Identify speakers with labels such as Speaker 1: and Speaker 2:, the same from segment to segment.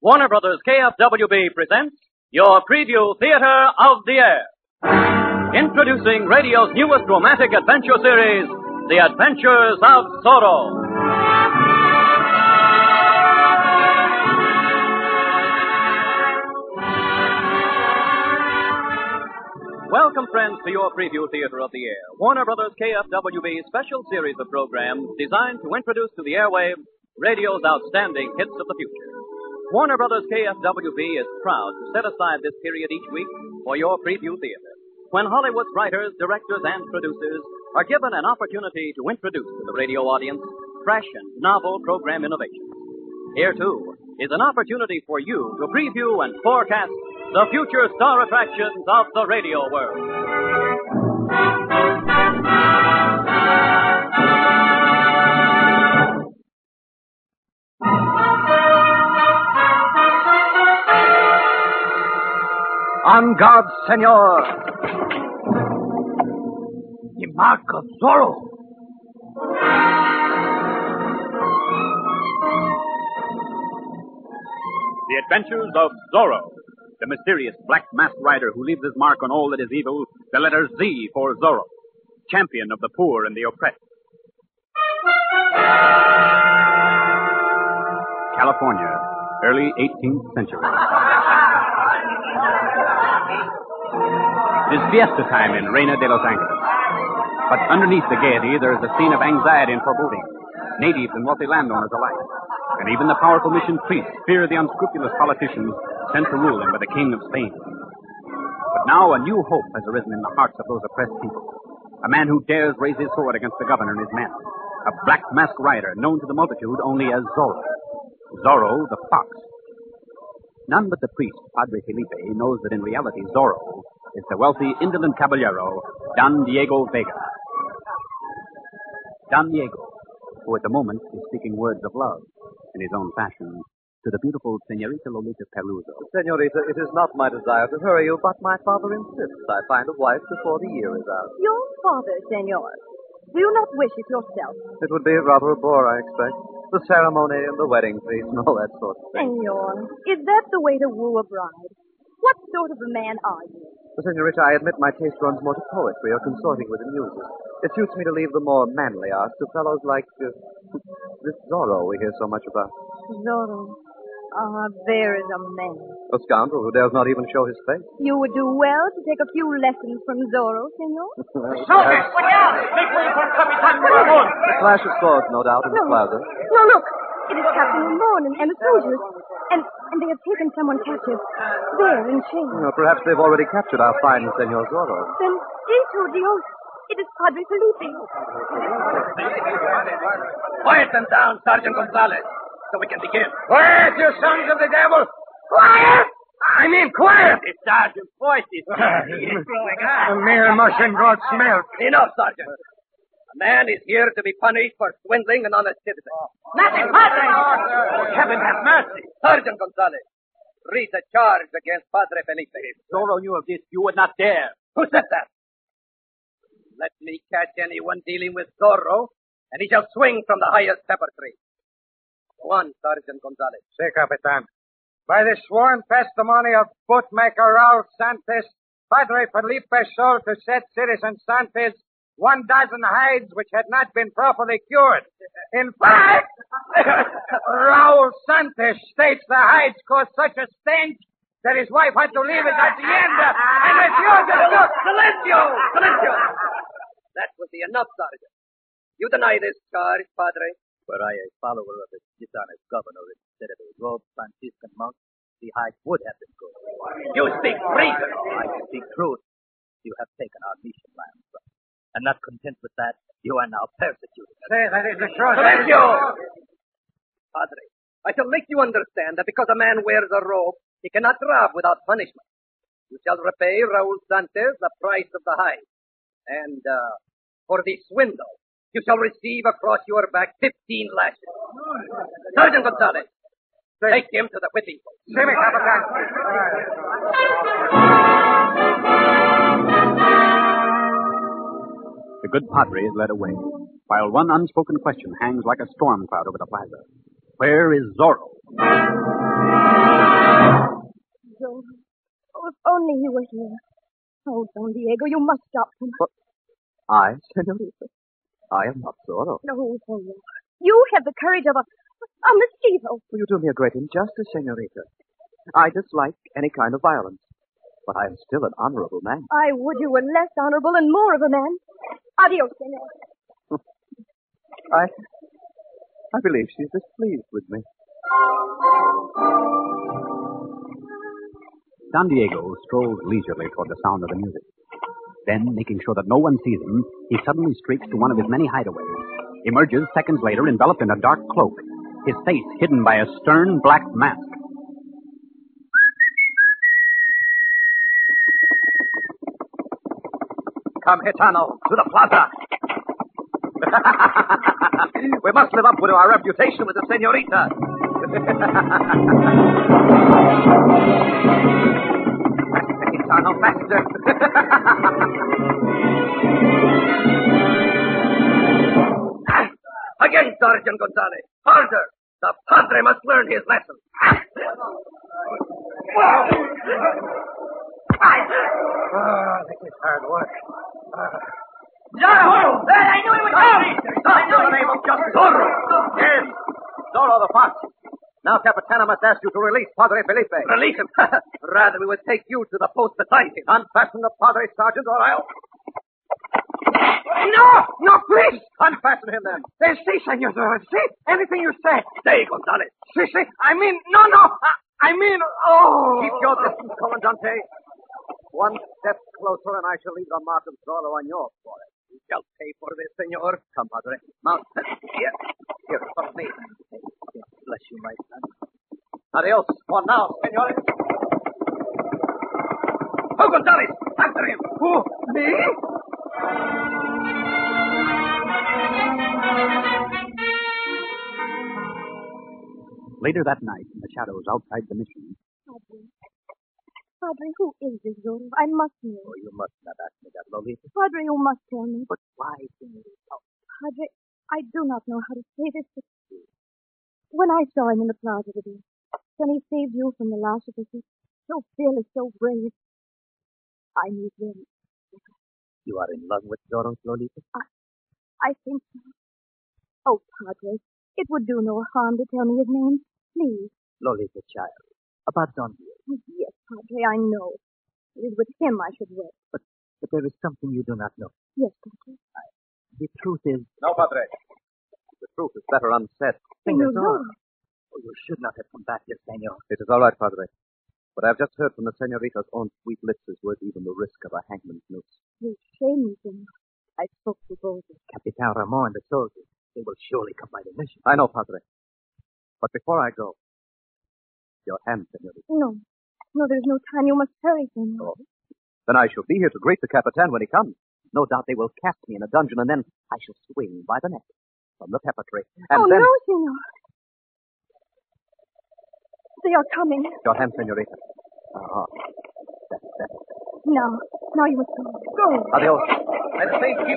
Speaker 1: Warner Brothers KFWB presents your preview theater of the air. Introducing radio's newest romantic adventure series, The Adventures of Zorro. Welcome, friends, to your preview theater of the air, Warner Brothers KFWB special series of programs designed to introduce to the airwaves radio's outstanding hits of the future. Warner Brothers KFWB is proud to set aside this period each week for your preview theater, when Hollywood's writers, directors, and producers are given an opportunity to introduce to the radio audience fresh and novel program innovations. Here, too, is an opportunity for you to preview and forecast the future star attractions of the radio world.
Speaker 2: On guard, senor. The mark of sorrow.
Speaker 3: The Adventures of Zorro, the mysterious black masked rider who leaves his mark on all that is evil, the letter Z for Zorro, champion of the poor and the oppressed. California, early 18th century. It is fiesta time in Reina de Los Angeles. But underneath the gaiety, there is a scene of anxiety and foreboding. Natives and wealthy landowners alike, and even the powerful mission priests fear the unscrupulous politicians sent to rule them by the King of Spain. But now a new hope has arisen in the hearts of those oppressed people. A man who dares raise his sword against the governor and his men. A black masked rider known to the multitude only as Zorro. Zorro the Fox. None but the priest, Padre Felipe, knows that in reality Zorro is the wealthy, indolent caballero, Don Diego Vega. Don Diego, who at the moment is speaking words of love in his own fashion to the beautiful Senorita Lolita Peruso.
Speaker 2: Senorita, it is not my desire to hurry you, but my father insists I find a wife before the year is out.
Speaker 4: Your father, senor. Do you not wish it yourself?
Speaker 2: It would be rather a bore, I expect. The ceremony and the wedding feast and all that sort of thing.
Speaker 4: Senor, is that the way to woo a bride? What sort of a man are you?
Speaker 2: Senorita, I admit my taste runs more to poetry or consorting with the muses. It suits me to leave the more manly arts to fellows like uh, this Zorro we hear so much about.
Speaker 4: Zorro. Ah, there is a man.
Speaker 2: A scoundrel who dares not even show his face.
Speaker 4: You would do well to take a few lessons from Zorro, senor.
Speaker 2: A clash of swords, no doubt, in the plaza.
Speaker 4: No, look. It is Captain Ramon and, and the soldiers. And, and they have taken someone captive. There, in chains.
Speaker 2: Well, perhaps they've already captured our fine Senor Zorro.
Speaker 4: Then, into Dios. It is Padre Felipe.
Speaker 5: Quiet them down, Sergeant Gonzalez, so we can begin. Quiet, you sons of the devil! Quiet! I mean, quiet! It's Sergeant Voices.
Speaker 6: The mere mush and God's milk.
Speaker 5: Enough, Sergeant. A man is here to be punished for swindling an honest citizen. Nothing, Padre! Heaven have mercy! Sergeant Gonzalez, read the charge against Padre Felipe.
Speaker 1: Zorro knew of this. You would not dare.
Speaker 5: Who said that? Let me catch anyone dealing with Zorro, and he shall swing from the highest pepper tree. Go on, Sergeant Gonzalez.
Speaker 6: Say, Capitan. By the sworn testimony of bootmaker Raul Santos, Padre Felipe sold to said citizen Santos one dozen hides which had not been properly cured. In fact, Raul Santos states the hides caused such a stench that his wife had to leave it at the end and refuse it. Look,
Speaker 5: Silencio! Silencio! That would be enough, Sergeant. You deny this charge, Padre.
Speaker 7: Were I a follower of a dishonest governor instead of a robed Franciscan monk, the hide would have been good.
Speaker 5: You speak treason.
Speaker 7: I speak truth. You have taken our mission land from us. And not content with that, you are now persecuting us.
Speaker 6: Say, that is the truth.
Speaker 5: Silencio! Padre, I shall make you understand that because a man wears a robe, he cannot rob without punishment. You shall repay Raul Santos the price of the hide. And uh, for the swindle, you shall receive across your back 15 lashes. Sergeant Gonzalez, take him to the whipping post.
Speaker 6: Say me, Capitan.
Speaker 3: The good padre is led away, while one unspoken question hangs like a storm cloud over the plaza. Where is Zorro?
Speaker 4: only you were here. Oh, Don Diego, you must stop them.
Speaker 3: I, senorita? I am not Zorro.
Speaker 4: No, Zorro. You have the courage of a, a mosquito.
Speaker 3: Well, you do me a great injustice, senorita. I dislike any kind of violence, but I am still an honorable man.
Speaker 4: I would you were less honorable and more of a man. Adios, senor.
Speaker 3: I, I believe she's displeased with me.
Speaker 2: Don Diego strolls leisurely toward the sound of the music. Then, making sure that no one sees him, he suddenly streaks to one of his many hideaways, emerges seconds later enveloped in a dark cloak, his face hidden by a stern black mask.
Speaker 5: Come, Gitano, to the plaza. we must live up to our reputation with the senorita. faster, Gitano, faster. Again, Sergeant Gonzalez. Harder. The padre must learn his lesson.
Speaker 6: Ah, this is hard work.
Speaker 5: Zorro! I knew he would come! Stop your name of just Zorro! Yes, Zorro the Fox. Now Capitana must ask you to release Padre Felipe. Release him? Rather, we will take you to the post beside him. Unfasten the Padre Sergeant or I'll... No! No, please! Unfasten him then.
Speaker 6: Then see, Senor Zorro, see? Anything you say.
Speaker 5: Stay, Gonzalez.
Speaker 6: See, see? I mean, no, no. I, I mean, oh.
Speaker 5: Keep your distance, Commandante. One step closer and I shall leave the mark of Zorro on your forehead. You shall pay for this, senor. Come, Padre. Mount. Here. Here, trust me. Bless you, my son. Adios. For now, senor. Oh, Gonzalez! After him! Who? Me?
Speaker 2: Later that night, in the shadows outside the mission,
Speaker 4: Padre. Padre, who is this Zorro? I must know.
Speaker 5: Oh, you must not ask me that, Lolita.
Speaker 4: Padre, you must tell me.
Speaker 5: But why, senorita?
Speaker 4: Padre, I do not know how to say this, but when I saw him in the plaza today, when he saved you from the lash of the heat, so fearless, so brave, I knew then.
Speaker 5: You are in love with Zorro, Lolita?
Speaker 4: I think so. Oh, Padre, it would do no harm to tell me his name. Please.
Speaker 5: Lolita, child. About Don Diego.
Speaker 4: Oh, yes, Padre, I know. It is with him I should work.
Speaker 5: But there is something you do not know.
Speaker 4: Yes, Padre.
Speaker 5: The truth is,
Speaker 3: No, Padre. The truth is better unsaid.
Speaker 4: Senor Zorro.
Speaker 5: oh, you should not have come back here, senor.
Speaker 3: It is all right, Padre. But I've just heard from the senorita's own sweet lips is worth even the risk of a hangman's noose.
Speaker 4: You shame me, Senor. I spoke to both of
Speaker 5: Capitan Ramon and the soldiers. They will surely come by the mission.
Speaker 3: I know, Padre. But before I go, your hand, senorita.
Speaker 4: you. No. No, there's no time. You must hurry,
Speaker 3: Oh,
Speaker 4: Senor.
Speaker 3: Then I shall be here to greet the Capitan when he comes. No doubt they will cast me in a dungeon, and then I shall swing by the neck from the pepper tree. And
Speaker 4: oh,
Speaker 3: then...
Speaker 4: no, Senor. They are coming.
Speaker 3: Your hand, senorita. Ah, that's better.
Speaker 4: Now, now you must go. Go.
Speaker 3: Adios.
Speaker 5: I think you...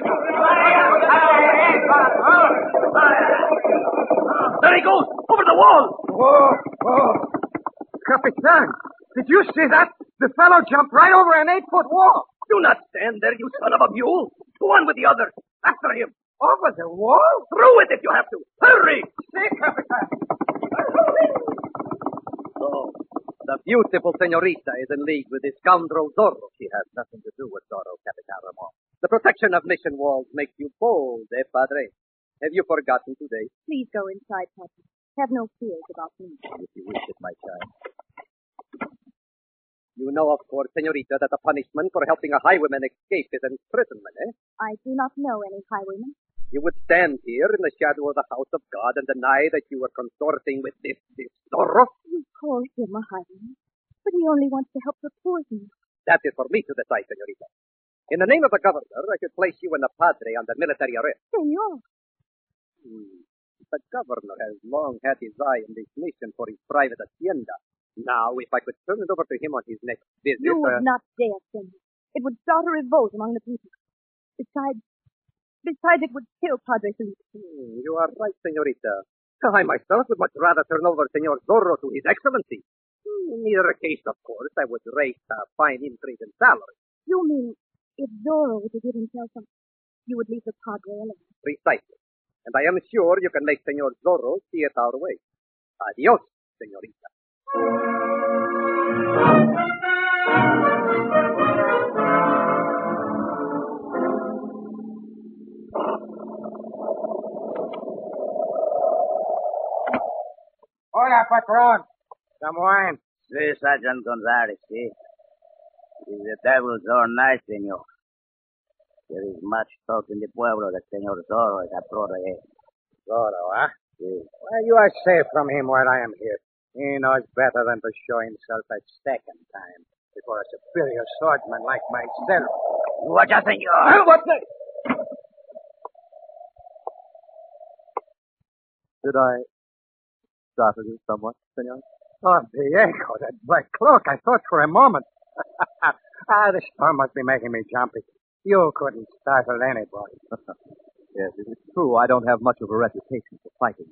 Speaker 5: There he goes! Over the wall!
Speaker 6: Whoa, whoa. Capitan, did you see that? The fellow jumped right over an eight-foot wall.
Speaker 5: Do not stand there, you son of a mule! Go on with the others! After him!
Speaker 6: Over the wall?
Speaker 5: Through it if you have to! Hurry!
Speaker 6: See, Capitan.
Speaker 5: Oh, the beautiful senorita is in league with the scoundrel Zorro. She has nothing to do with Zorro, Capitan Ramon. The protection of mission walls makes you bold, eh, Padre? Have you forgotten today?
Speaker 4: Please go inside, Padre. Have no fears about me.
Speaker 5: If you wish it, my child. You know, of course, senorita, that the punishment for helping a highwayman escape is imprisonment, eh?
Speaker 4: I do not know any highwaymen.
Speaker 5: You would stand here in the shadow of the house of God and deny that you were consorting with this, this Zorro?
Speaker 4: You call him a highwayman, but he only wants to help the poor. Senor.
Speaker 5: That is for me to decide, senorita. In the name of the governor, I should place you and the padre under military arrest. Hmm.
Speaker 4: Senor,
Speaker 5: The governor has long had his eye on this mission for his private hacienda. Now, if I could turn it over to him on his next visit,
Speaker 4: you
Speaker 5: uh,
Speaker 4: would not dare, Senor. It would start a revolt among the people. Besides, besides, it would kill Padre Felipe.
Speaker 8: Mm,
Speaker 5: hmm, you are right, senorita. I myself would much rather turn over Senor Zorro to His Excellency.
Speaker 8: Mm, In either case, of course, I would rate a fine increase in salary.
Speaker 4: You mean if Zorro were to give himself up, you would leave the padre alone?
Speaker 8: Precisely. And I am sure you can make Senor Zorro see it our way. Adios, senorita.
Speaker 5: Hola, patron. Some wine.
Speaker 1: See, Sergeant Gonzalez, see? It is the devil's own night, senor. There is much talk in the pueblo that Senor Zorro is a brother here.
Speaker 5: Gordo, huh?
Speaker 1: See,
Speaker 5: oh, Well, you are safe from him while I am here. He knows better than to show himself a second time before a superior swordsman like myself.
Speaker 1: What a
Speaker 5: Oh,
Speaker 1: senor!
Speaker 8: What's that?
Speaker 3: Did I startle you somewhat, senor?
Speaker 5: Oh, Diego, that black cloak. I thought for a moment. ah, the storm must be making me jumpy. You couldn't startle anybody.
Speaker 3: Yes, it is true. I don't have much of a reputation for fighting.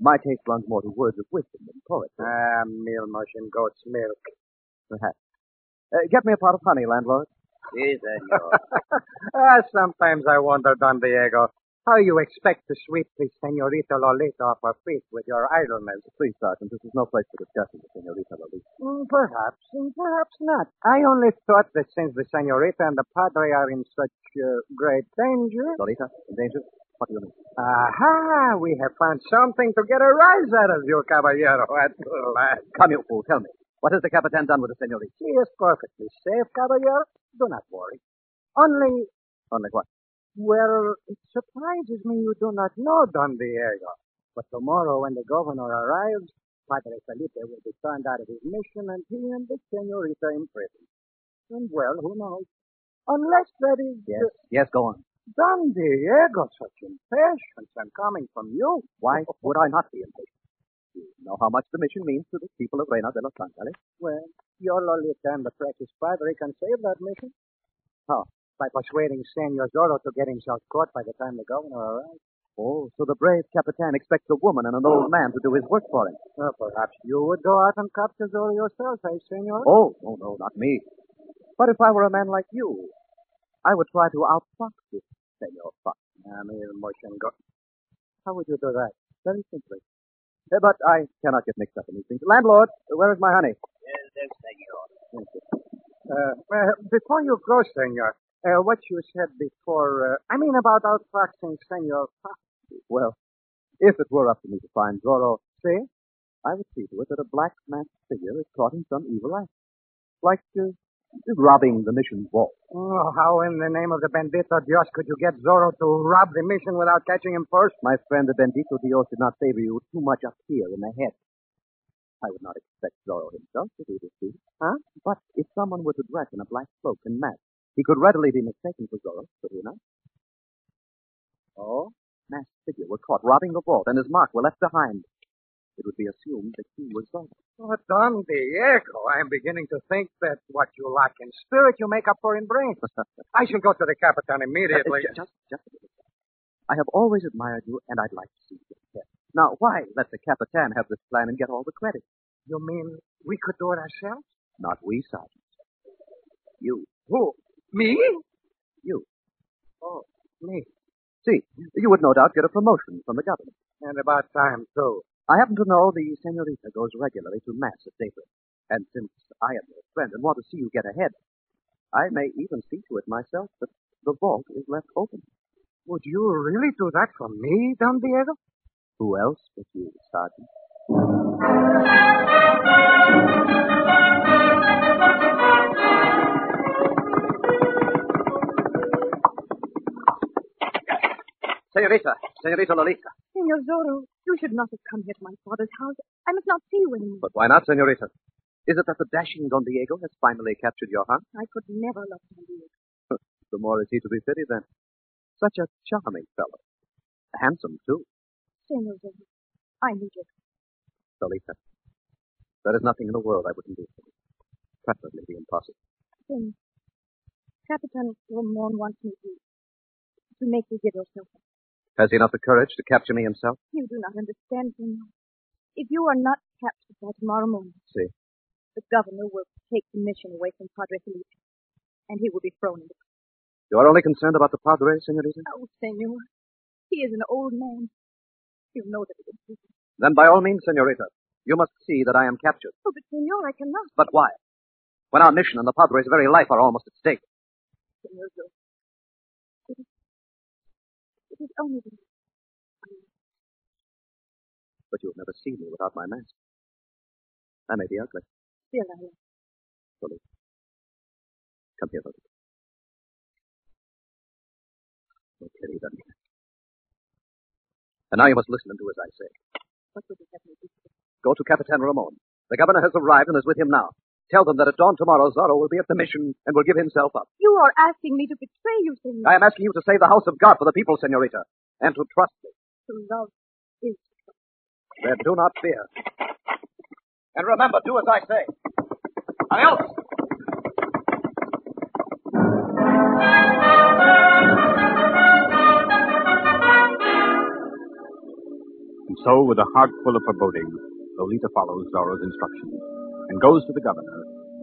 Speaker 3: My taste runs more to words of wisdom than poetry,
Speaker 5: Ah, meal motion goat's milk.
Speaker 3: perhaps. Uh, get me a pot of honey, landlord.
Speaker 1: See, senor.
Speaker 5: Ah, sometimes I wonder, Don Diego, how you expect to sweep the senorita Lolita off her feet with your idleness.
Speaker 3: Please, Sergeant, this is no place for discussing the senorita Lolita.
Speaker 5: Mm, Perhaps, and perhaps not. I only thought that since the senorita and the padre are in such uh, great danger.
Speaker 3: Lolita, in danger? What do you mean?
Speaker 5: Aha! We have found something to get a rise out of you, caballero, at last.
Speaker 3: Come, you fool, tell me. What has the Capitan done with the senorita?
Speaker 5: She is perfectly safe, caballero. Do not worry. Only,
Speaker 3: Only what?
Speaker 5: well, it surprises me you do not know Don Diego. But tomorrow, when the governor arrives, Padre Felipe will be turned out of his mission and he and the senorita in prison. And, well, who knows? Unless that is
Speaker 3: Yes, yes, go on.
Speaker 5: Don Diego, such impatience. I'm coming from you.
Speaker 3: Why would I not be impatient? You know how much the mission means to the people of Reina de los Angeles.
Speaker 5: Well, your Lolita and the precious padre can save that mission.
Speaker 3: How?
Speaker 5: By persuading Senor Zorro to get himself caught by the time the governor arrives.
Speaker 3: Oh, so the brave Capitan expects a woman and an old man to do his work for him.
Speaker 5: Well, perhaps you would go out and capture Zorro yourself, eh, Senor?
Speaker 3: Oh, no, no, not me. But if I were a man like you, I would try to outfox this Senor Fox.
Speaker 5: I'm Ah, motion go. How would you do that? Very simply.
Speaker 3: Eh, But I cannot get mixed up in these things. Landlord, where is my honey?
Speaker 1: Yes, yes, senor.
Speaker 5: Uh, uh, before you go, Senor, uh, what you said before, uh, I mean about outfoxing Senor Fox.
Speaker 3: Well, if it were up to me to find Zorro,
Speaker 5: See?
Speaker 3: I would see to it that a black masked figure is caught in some evil act. Like uh, robbing the mission vault.
Speaker 5: Oh, how in the name of the Bendito Dios could you get Zorro to rob the mission without catching him first?
Speaker 3: My friend, the Bendito Dios did not favor you too much up here in the head. I would not expect Zorro himself to do this deed.
Speaker 5: Huh?
Speaker 3: But if someone were to dress in a black cloak and mask, he could readily be mistaken for Zorro, could he not? Oh? Masked figure were caught robbing the vault, and his mark were left behind. It would be assumed that he was Zorro.
Speaker 5: Oh, Don Diego, I'm beginning to think that what you lack in spirit, you make up for in brains. I shall go to the Capitan immediately.
Speaker 3: Uh, ju- just, just a minute. I have always admired you, and I'd like to see you again. Now, why let the Capitan have this plan and get all the credit?
Speaker 5: You mean we could do it ourselves?
Speaker 3: Not we, Sergeant. You,
Speaker 5: Who? Me?
Speaker 3: you.
Speaker 5: Me.
Speaker 3: See, you would no doubt get a promotion from the governor.
Speaker 5: And about time, too.
Speaker 3: I happen to know the senorita goes regularly to mass at daybreak. And since I am your friend and want to see you get ahead, I may even see to it myself that the vault is left open.
Speaker 5: Would you really do that for me, Don Diego?
Speaker 3: Who else but you, Sergeant?
Speaker 8: Senorita, senorita Lolita.
Speaker 4: Senor Zorro, you should not have come here to my father's house. I must not see you anymore.
Speaker 3: But why not, senorita? Is it that the dashing Don Diego has finally captured your heart?
Speaker 4: I could never love Don Diego.
Speaker 3: The more is he to be pitied then. Such a charming fellow. Handsome, too,
Speaker 4: Senor Zorro, I need your
Speaker 3: Lolita. There is nothing in the world I wouldn't do for you. Preferably the impossible.
Speaker 4: Then, Capitan Ramon wants me to, to make you give yourself up.
Speaker 3: Has he not the courage to capture me himself?
Speaker 4: You do not understand, Senor. If you are not captured by tomorrow morning,
Speaker 3: See,
Speaker 4: governor will take the mission away from Padre Felipe, and he will be thrown into
Speaker 3: You are only concerned about the Padre, senorita?
Speaker 4: Oh, senor, he is an old man. You know that it is business.
Speaker 3: Then by all means, senorita, you must see that I am captured.
Speaker 4: Oh, but senor, I cannot,
Speaker 3: But why? When our mission and the Padre's very life are almost at stake.
Speaker 4: senor. Yo. It is, it is only the
Speaker 3: But you have never seen me without my mask. I may be ugly.
Speaker 4: still I am.
Speaker 3: Come here, Lotus. Oh, pity, doesn't it? And now you must listen and do as I say.
Speaker 4: What would you have me do?
Speaker 3: Go to Capitan Ramon. The governor has arrived and is with him now. Tell them that at dawn tomorrow, Zorro will be at the mission and will give himself up.
Speaker 4: You are asking me to betray you, senor.
Speaker 3: I am asking you to save the house of God for the people, senorita, and to trust me.
Speaker 4: To love is
Speaker 3: Then do not fear.
Speaker 6: And remember, do as I say. Adios.
Speaker 2: And so, with a heart full of foreboding, Lolita follows Zorro's instructions and goes to the governor,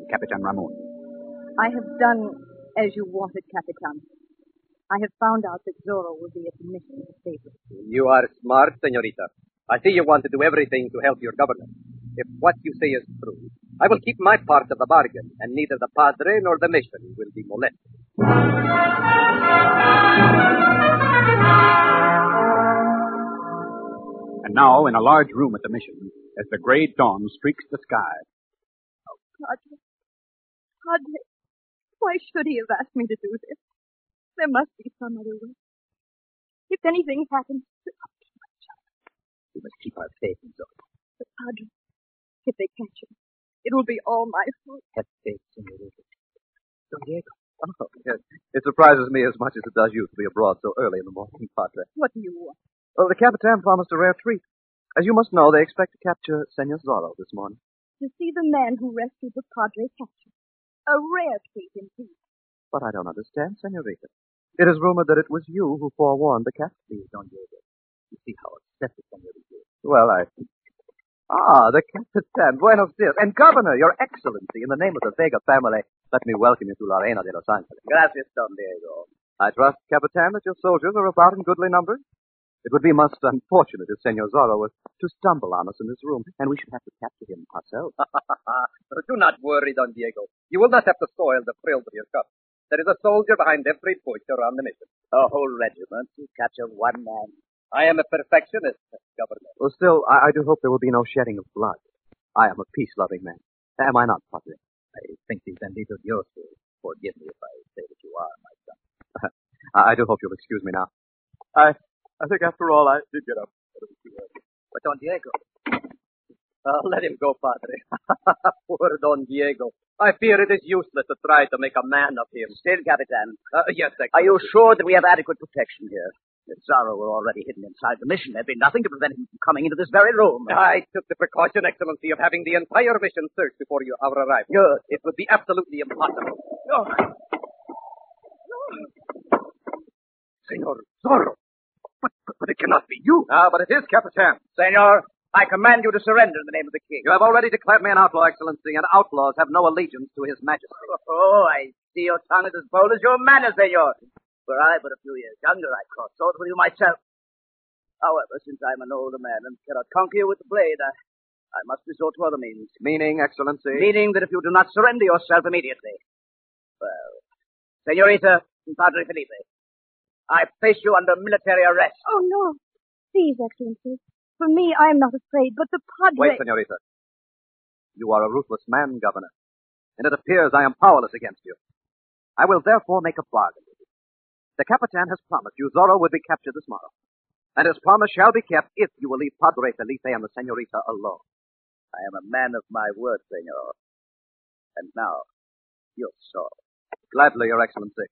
Speaker 2: Capitan Ramon.
Speaker 4: I have done as you wanted, Capitan. I have found out that Zorro will be at the mission of the favor.
Speaker 5: You are smart, senorita. I see you want to do everything to help your governor. If what you say is true, I will keep my part of the bargain, and neither the padre nor the mission will be molested.
Speaker 2: And now, in a large room at the mission, as the gray dawn streaks the sky,
Speaker 4: Padre, Padre, why should he have asked me to do this? There must be some other way. If anything happens, to-
Speaker 9: We must keep our faith in Zorro.
Speaker 4: to Padre, if they catch him, it will be all my fault.
Speaker 9: Have faith, senorita. Don Diego.
Speaker 3: Oh, yes. It surprises me as much as it does you to be abroad so early in the morning, Padre.
Speaker 4: What do you want?
Speaker 3: Well, the Capitan promised a rare treat. As you must know, they expect to capture Senor Zorro this morning.
Speaker 4: To see the man who rescued the Padre captured. A rare treat indeed.
Speaker 3: But I don't understand, senorita. It is rumored that it was you who forewarned the captain.
Speaker 9: Please, Don Diego. You see how upset the senorita is.
Speaker 3: Well, I. Ah, the Capitan. Buenos dias. And Governor, Your Excellency, in the name of the Vega family, let me welcome you to La Reina de Los Angeles.
Speaker 9: Gracias, Don Diego.
Speaker 3: I trust, Capitan, that your soldiers are about in goodly numbers. It would be most unfortunate if Senor Zorro was to stumble on us in this room, and we should have to capture him ourselves.
Speaker 5: But do not worry, Don Diego. You will not have to soil the frills of your cup. There is a soldier behind every butcher on the mission.
Speaker 9: A whole regiment to capture one man.
Speaker 5: I am a perfectionist, Governor.
Speaker 3: Well, still, I, I do hope there will be no shedding of blood. I am a peace-loving man. Am I not, Padre?
Speaker 9: I think these banditos yours will forgive me if I say that you are my son.
Speaker 3: I, I do hope you'll excuse me now. I, I think after all, I did get up.
Speaker 5: But Don Diego. Ah, let him go, Padre. Poor Don Diego. I fear it is useless to try to make a man of him.
Speaker 9: Still, Capitan,
Speaker 5: Uh, yes, Excellency.
Speaker 9: are you sure that we have adequate protection here? If Zorro were already hidden inside the mission, there'd be nothing to prevent him from coming into this very room.
Speaker 5: I took the precaution, Excellency, of having the entire mission searched before you, our arrival.
Speaker 9: Good.
Speaker 5: It would be absolutely impossible. Oh. Senor Zorro. But, but, but it cannot be you.
Speaker 3: Ah, but it is Capitan.
Speaker 9: Senor, I command you to surrender in the name of the king.
Speaker 3: You have already declared me an outlaw, Excellency, and outlaws have no allegiance to His Majesty.
Speaker 9: Oh, I see your tongue is as bold as your manners, senor. Were I but a few years younger, I'd cross swords with you myself. However, since I'm an older man and cannot conquer you with the blade, I, I must resort to other means.
Speaker 3: Meaning, Excellency?
Speaker 9: Meaning that if you do not surrender yourself immediately. Well, senorita and Padre Felipe, I place you under military arrest.
Speaker 4: Oh, no. Please, Excellency. For me, I am not afraid, but the Padre.
Speaker 3: Wait, senorita. You are a ruthless man, Governor, and it appears I am powerless against you. I will therefore make a bargain with you. The Capitan has promised you Zorro would be captured this morrow, and his promise shall be kept if you will leave Padre Felipe and the senorita alone.
Speaker 9: I am a man of my word, senor. And now, your sword.
Speaker 3: Gladly, Your Excellency.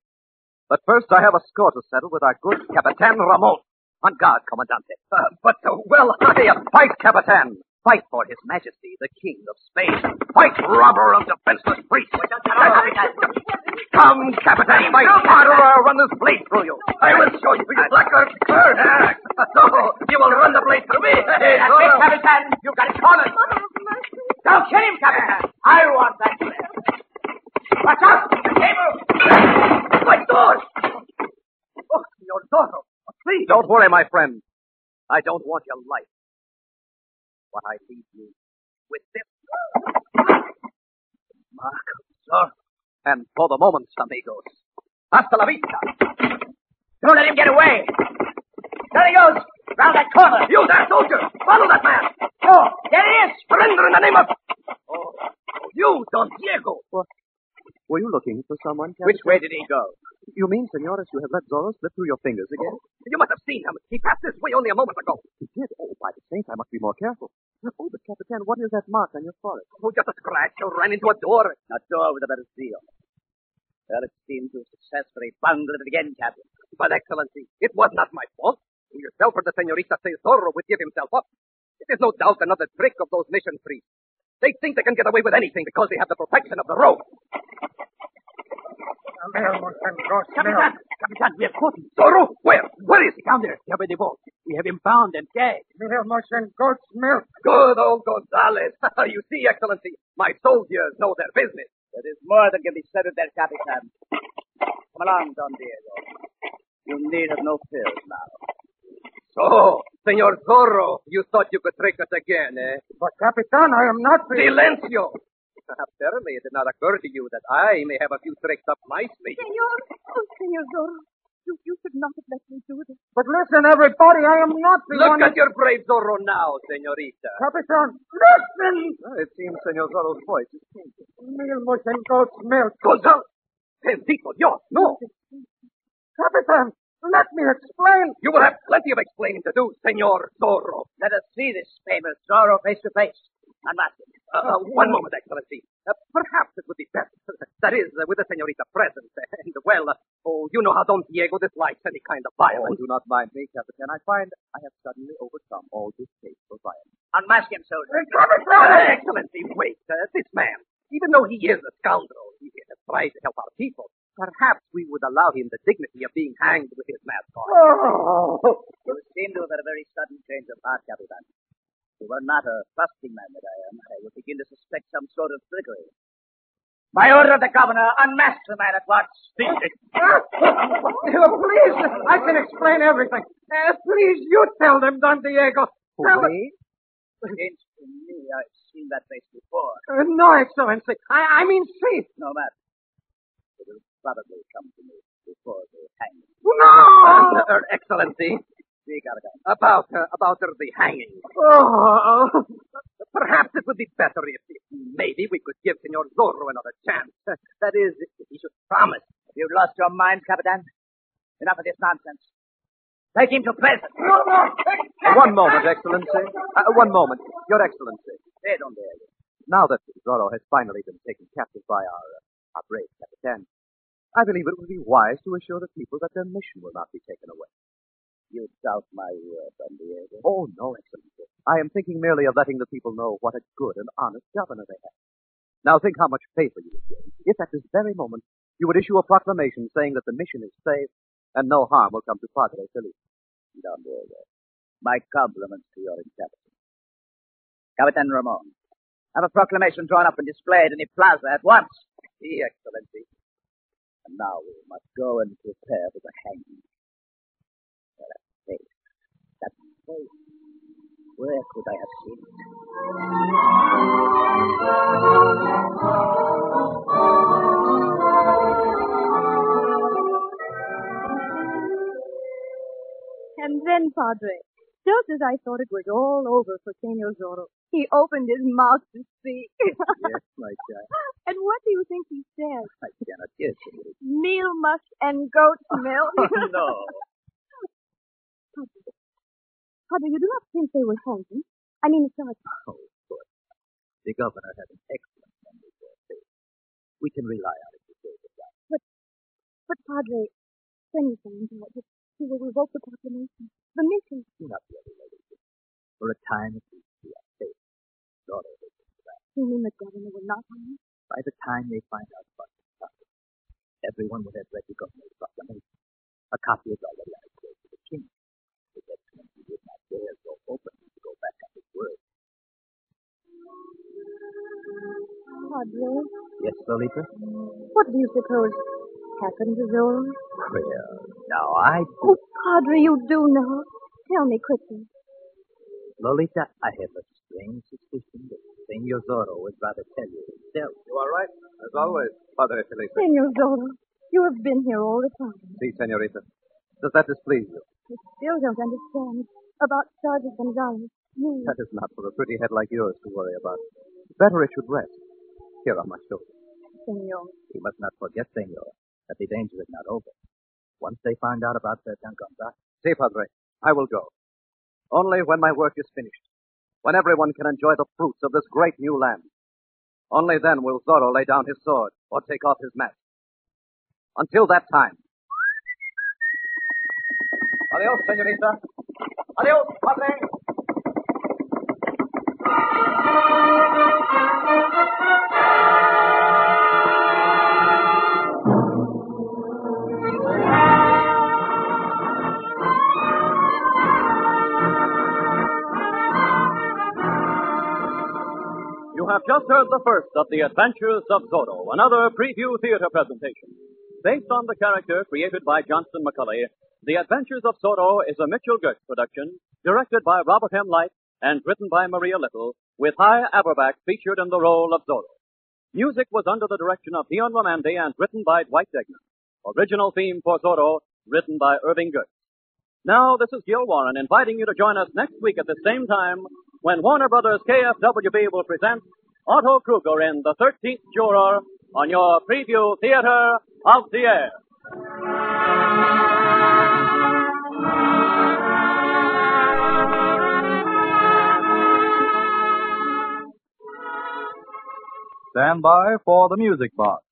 Speaker 3: But first, I have a score to settle with our good Capitan Ramon. On guard, Commandante. Uh, but the well am Fight, Capitan! Fight for His Majesty, the King of Spain. Fight, robber of defenseless priests! Come, Capitan, fight harder or I'll run this blade through you. I will show you, you blackguard curse! So, you will run the blade through me! Hey, Capitan! You've got it cornered!
Speaker 10: Don't kill him, Captain. I want that bread. Watch out! The table! My door!
Speaker 5: Oh, your daughter. Please.
Speaker 3: Don't worry, my friend. I don't want your life. But I leave you
Speaker 5: With this
Speaker 3: mark of sorrow. And for the moment, amigos, hasta la vista.
Speaker 10: Don't let him get away. There he goes. Round that corner.
Speaker 5: You there, soldier! Follow that man!
Speaker 10: Oh, there he is.
Speaker 5: Surrender in the name of. Oh, you, Don Diego!
Speaker 3: Were you looking for someone, Captain?
Speaker 9: Which way did he go?
Speaker 3: You mean, senores, you have let Zorro slip through your fingers again?
Speaker 5: You must have seen him. He passed this way only a moment ago.
Speaker 3: Oh, He did. Oh, by the saints, I must be more careful. Oh, but Capitan, what is that mark on your forehead?
Speaker 5: Oh, just a scratch. You ran into a door.
Speaker 9: A door with a better seal. Well, it seems you successfully bungled it again, Captain.
Speaker 5: But, Excellency, it was not my fault. You yourself or the Senorita Tesoro would give himself up. It is no doubt another trick of those mission priests. They think they can get away with anything because they have the protection of the rope.
Speaker 10: Capitan, Capitan, we have caught him.
Speaker 5: Zorro, where? Where is he?
Speaker 7: Down there, there by the vault. We have him bound and gagged.
Speaker 6: Motion goat's milk.
Speaker 5: Good old Gonzales. you see, Excellency, my soldiers know their business.
Speaker 9: There is more than can be said of that, Capitan. Come along, Don Diego. You need have no fears now.
Speaker 5: So, Senor Zorro, you thought you could trick us again, eh?
Speaker 6: But, Capitan, I am not.
Speaker 5: Silencio! Apparently, it did not occur to you that I may have a few tricks up my sleeve.
Speaker 4: Senor, oh, Senor Zorro, you, you should not have let me do this.
Speaker 6: But listen, everybody, I am not the
Speaker 5: Look
Speaker 6: one.
Speaker 5: at your brave Zorro now, Senorita.
Speaker 6: Capitan, listen!
Speaker 3: Oh, it seems Senor Zorro's voice is changing.
Speaker 6: Mil motion goat's milk.
Speaker 5: Gonzales! Bendito Dios, no!
Speaker 6: Capitan, let me explain.
Speaker 5: You will have plenty of explaining to do, Senor Zorro.
Speaker 9: Let us see this famous Zorro face to face. Unmask him.
Speaker 5: Uh, uh, one moment, Excellency. Uh, perhaps it would be best. that is, uh, with the senorita present. And, well, uh, oh, you know how Don Diego dislikes any kind of
Speaker 3: Oh,
Speaker 5: violence.
Speaker 3: do not mind me, Capitan. I find I have suddenly overcome all distaste for violence.
Speaker 9: Unmask him, soldier.
Speaker 5: Uh, Excellency, wait. Uh, this man, even though he is a scoundrel, he has tried to help our people. Perhaps we would allow him the dignity of being hanged with his mask on.
Speaker 6: Oh,
Speaker 9: You seem to have had a very sudden change of heart, Capitan. If you were not a trusting man that I am, I would begin to suspect some sort of trickery.
Speaker 10: By order of the governor, unmask the man at once.
Speaker 6: please, I can explain everything. Uh, please, you tell them, Don Diego. Tell them.
Speaker 3: me?
Speaker 9: Seems to me I've seen that face before.
Speaker 6: Uh, no, Excellency. I, I mean, see.
Speaker 9: No matter. It will probably come to me before they hang me.
Speaker 6: No!
Speaker 5: Uh, er, Excellency,
Speaker 9: See, Capitan.
Speaker 5: about uh, about uh, the hanging.
Speaker 6: Oh,
Speaker 5: Perhaps it would be better if, if maybe we could give Senor Zorro another chance. That is, if he should promise.
Speaker 9: Have you lost your mind, Capitan? Enough of this nonsense. Take him to prison.
Speaker 3: Uh, One moment, Excellency. Uh, one moment, Your Excellency.
Speaker 9: They don't dare you.
Speaker 3: Now that Zorro has finally been taken captive by our, uh, our brave Capitan, I believe it would be wise to assure the people that their mission will not be taken away.
Speaker 9: You doubt my word, Don Diego.
Speaker 3: Oh, no, Excellency. I am thinking merely of letting the people know what a good and honest governor they have. Now think how much favor you would gain if at this very moment you would issue a proclamation saying that the mission is safe and no harm will come to Padre Felipe.
Speaker 9: Don Diego. My compliments to your intelligence. Capitan Ramon, have a proclamation drawn up and displayed in the plaza at once. Si, Excellency. And now we must go and prepare for the hanging. Well, That face. That face. Where could I have seen it?
Speaker 4: And then, Padre, just as I thought it was all over for Senor Zorro, he opened his mouth to speak.
Speaker 3: Yes, my child.
Speaker 4: and what do you think he said?
Speaker 9: I cannot hear it.
Speaker 4: Meal mush and goat's milk.
Speaker 9: no.
Speaker 4: Padre, you do not think they will hang him? I mean, it's not.
Speaker 3: The governor had an excellent memory for his faith. We can rely on it to save his life.
Speaker 4: But, Padre, when he finds out that he will revoke the proclamation, the mission.
Speaker 3: Do not be related. For a time, at least, we are safe. Zorro will be glad.
Speaker 4: You mean the governor will not hang him?
Speaker 3: By the time they find out about the prophet, everyone will have read the governor's proclamation. A copy is already on its way to the king. The excellency would not dare so openly to go back on his word.
Speaker 4: Padre,
Speaker 2: Yes, Lolita?
Speaker 4: what do you suppose happened to Zora?
Speaker 2: Well, now I.
Speaker 4: Oh, Padre, you do know. Tell me quickly.
Speaker 2: Lolita, I have a strange suspicion that Senor Zorro would rather tell you himself.
Speaker 3: You are right, as always, Padre Felipe.
Speaker 4: Senor Zorro, you have been here all the time.
Speaker 3: See, Senorita, does that displease you?
Speaker 4: I still don't understand about Sergeant Gonzalez. You.
Speaker 3: That is not for a pretty head like yours to worry about. Better it should rest. Here are my children.
Speaker 4: Senor.
Speaker 2: You must not forget, Senor, that the danger is not over. Once they find out about Sergeant Gonzalez.
Speaker 3: See, Padre, I will go. Only when my work is finished, when everyone can enjoy the fruits of this great new land. Only then will Zorro lay down his sword or take off his mask. Until that time. Adios, senorita. Adios, padre.
Speaker 1: You have just heard the first of The Adventures of Zorro, another preview theater presentation. Based on the character created by Johnston McCulley, The Adventures of Zorro is a Mitchell Gertz production, directed by Robert M. Light and written by Maria Little, with High Averback featured in the role of Zorro. Music was under the direction of Dion Romande and written by Dwight Degner. Original theme for Zorro, written by Irving Gertz. Now, this is Gil Warren inviting you to join us next week at the same time when Warner Brothers KFWB will present Otto Kruger in The 13th Juror on your preview theater of the air.
Speaker 11: Stand by for the music box.